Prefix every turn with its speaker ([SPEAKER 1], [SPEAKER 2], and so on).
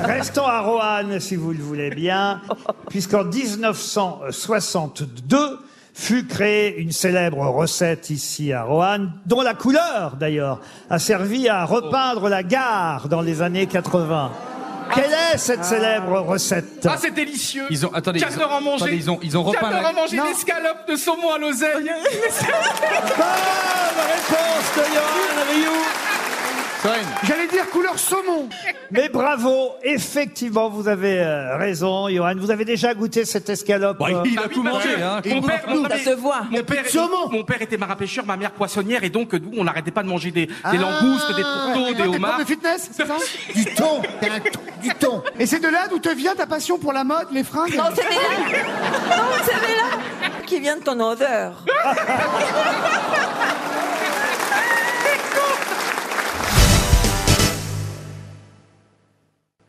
[SPEAKER 1] Restons à Roanne, si vous le voulez bien, puisqu'en 1962 fut créée une célèbre recette ici à Roanne, dont la couleur, d'ailleurs, a servi à repeindre la gare dans les années 80. Quelle est cette célèbre recette
[SPEAKER 2] Ah, c'est délicieux.
[SPEAKER 3] Ils ont- attendez, ils ont-
[SPEAKER 2] J'adore en manger.
[SPEAKER 3] attendez, ils ont- ils ont repeint
[SPEAKER 2] J'adore
[SPEAKER 3] la-
[SPEAKER 2] en manger
[SPEAKER 1] Non.
[SPEAKER 2] des escalopes de saumon à l'oseille.
[SPEAKER 1] Bonne réponse de Johan Rioux.
[SPEAKER 4] J'allais dire couleur saumon.
[SPEAKER 1] Mais bravo, effectivement, vous avez euh, raison, Johan. Vous avez déjà goûté cette escalope. euh,
[SPEAKER 3] Bah, il a tout mangé, hein.
[SPEAKER 2] Bah, Mon père, mon-
[SPEAKER 5] Ça se voit.
[SPEAKER 2] Mon père, était,
[SPEAKER 4] saumon.
[SPEAKER 2] mon père était marapêcheur, ma mère poissonnière, et donc, euh, nous, on n'arrêtait pas de manger des, des
[SPEAKER 5] Ah,
[SPEAKER 2] langoustes, des
[SPEAKER 4] Ah,
[SPEAKER 2] tourteaux, des homards.
[SPEAKER 4] de fitness, c'est ça
[SPEAKER 6] Du thon, t'as un thon, du thon.
[SPEAKER 4] Et c'est de là d'où te vient ta passion pour la mode, les fringues
[SPEAKER 5] Non, c'est là. Non, c'est là. Qui vient de ton odeur.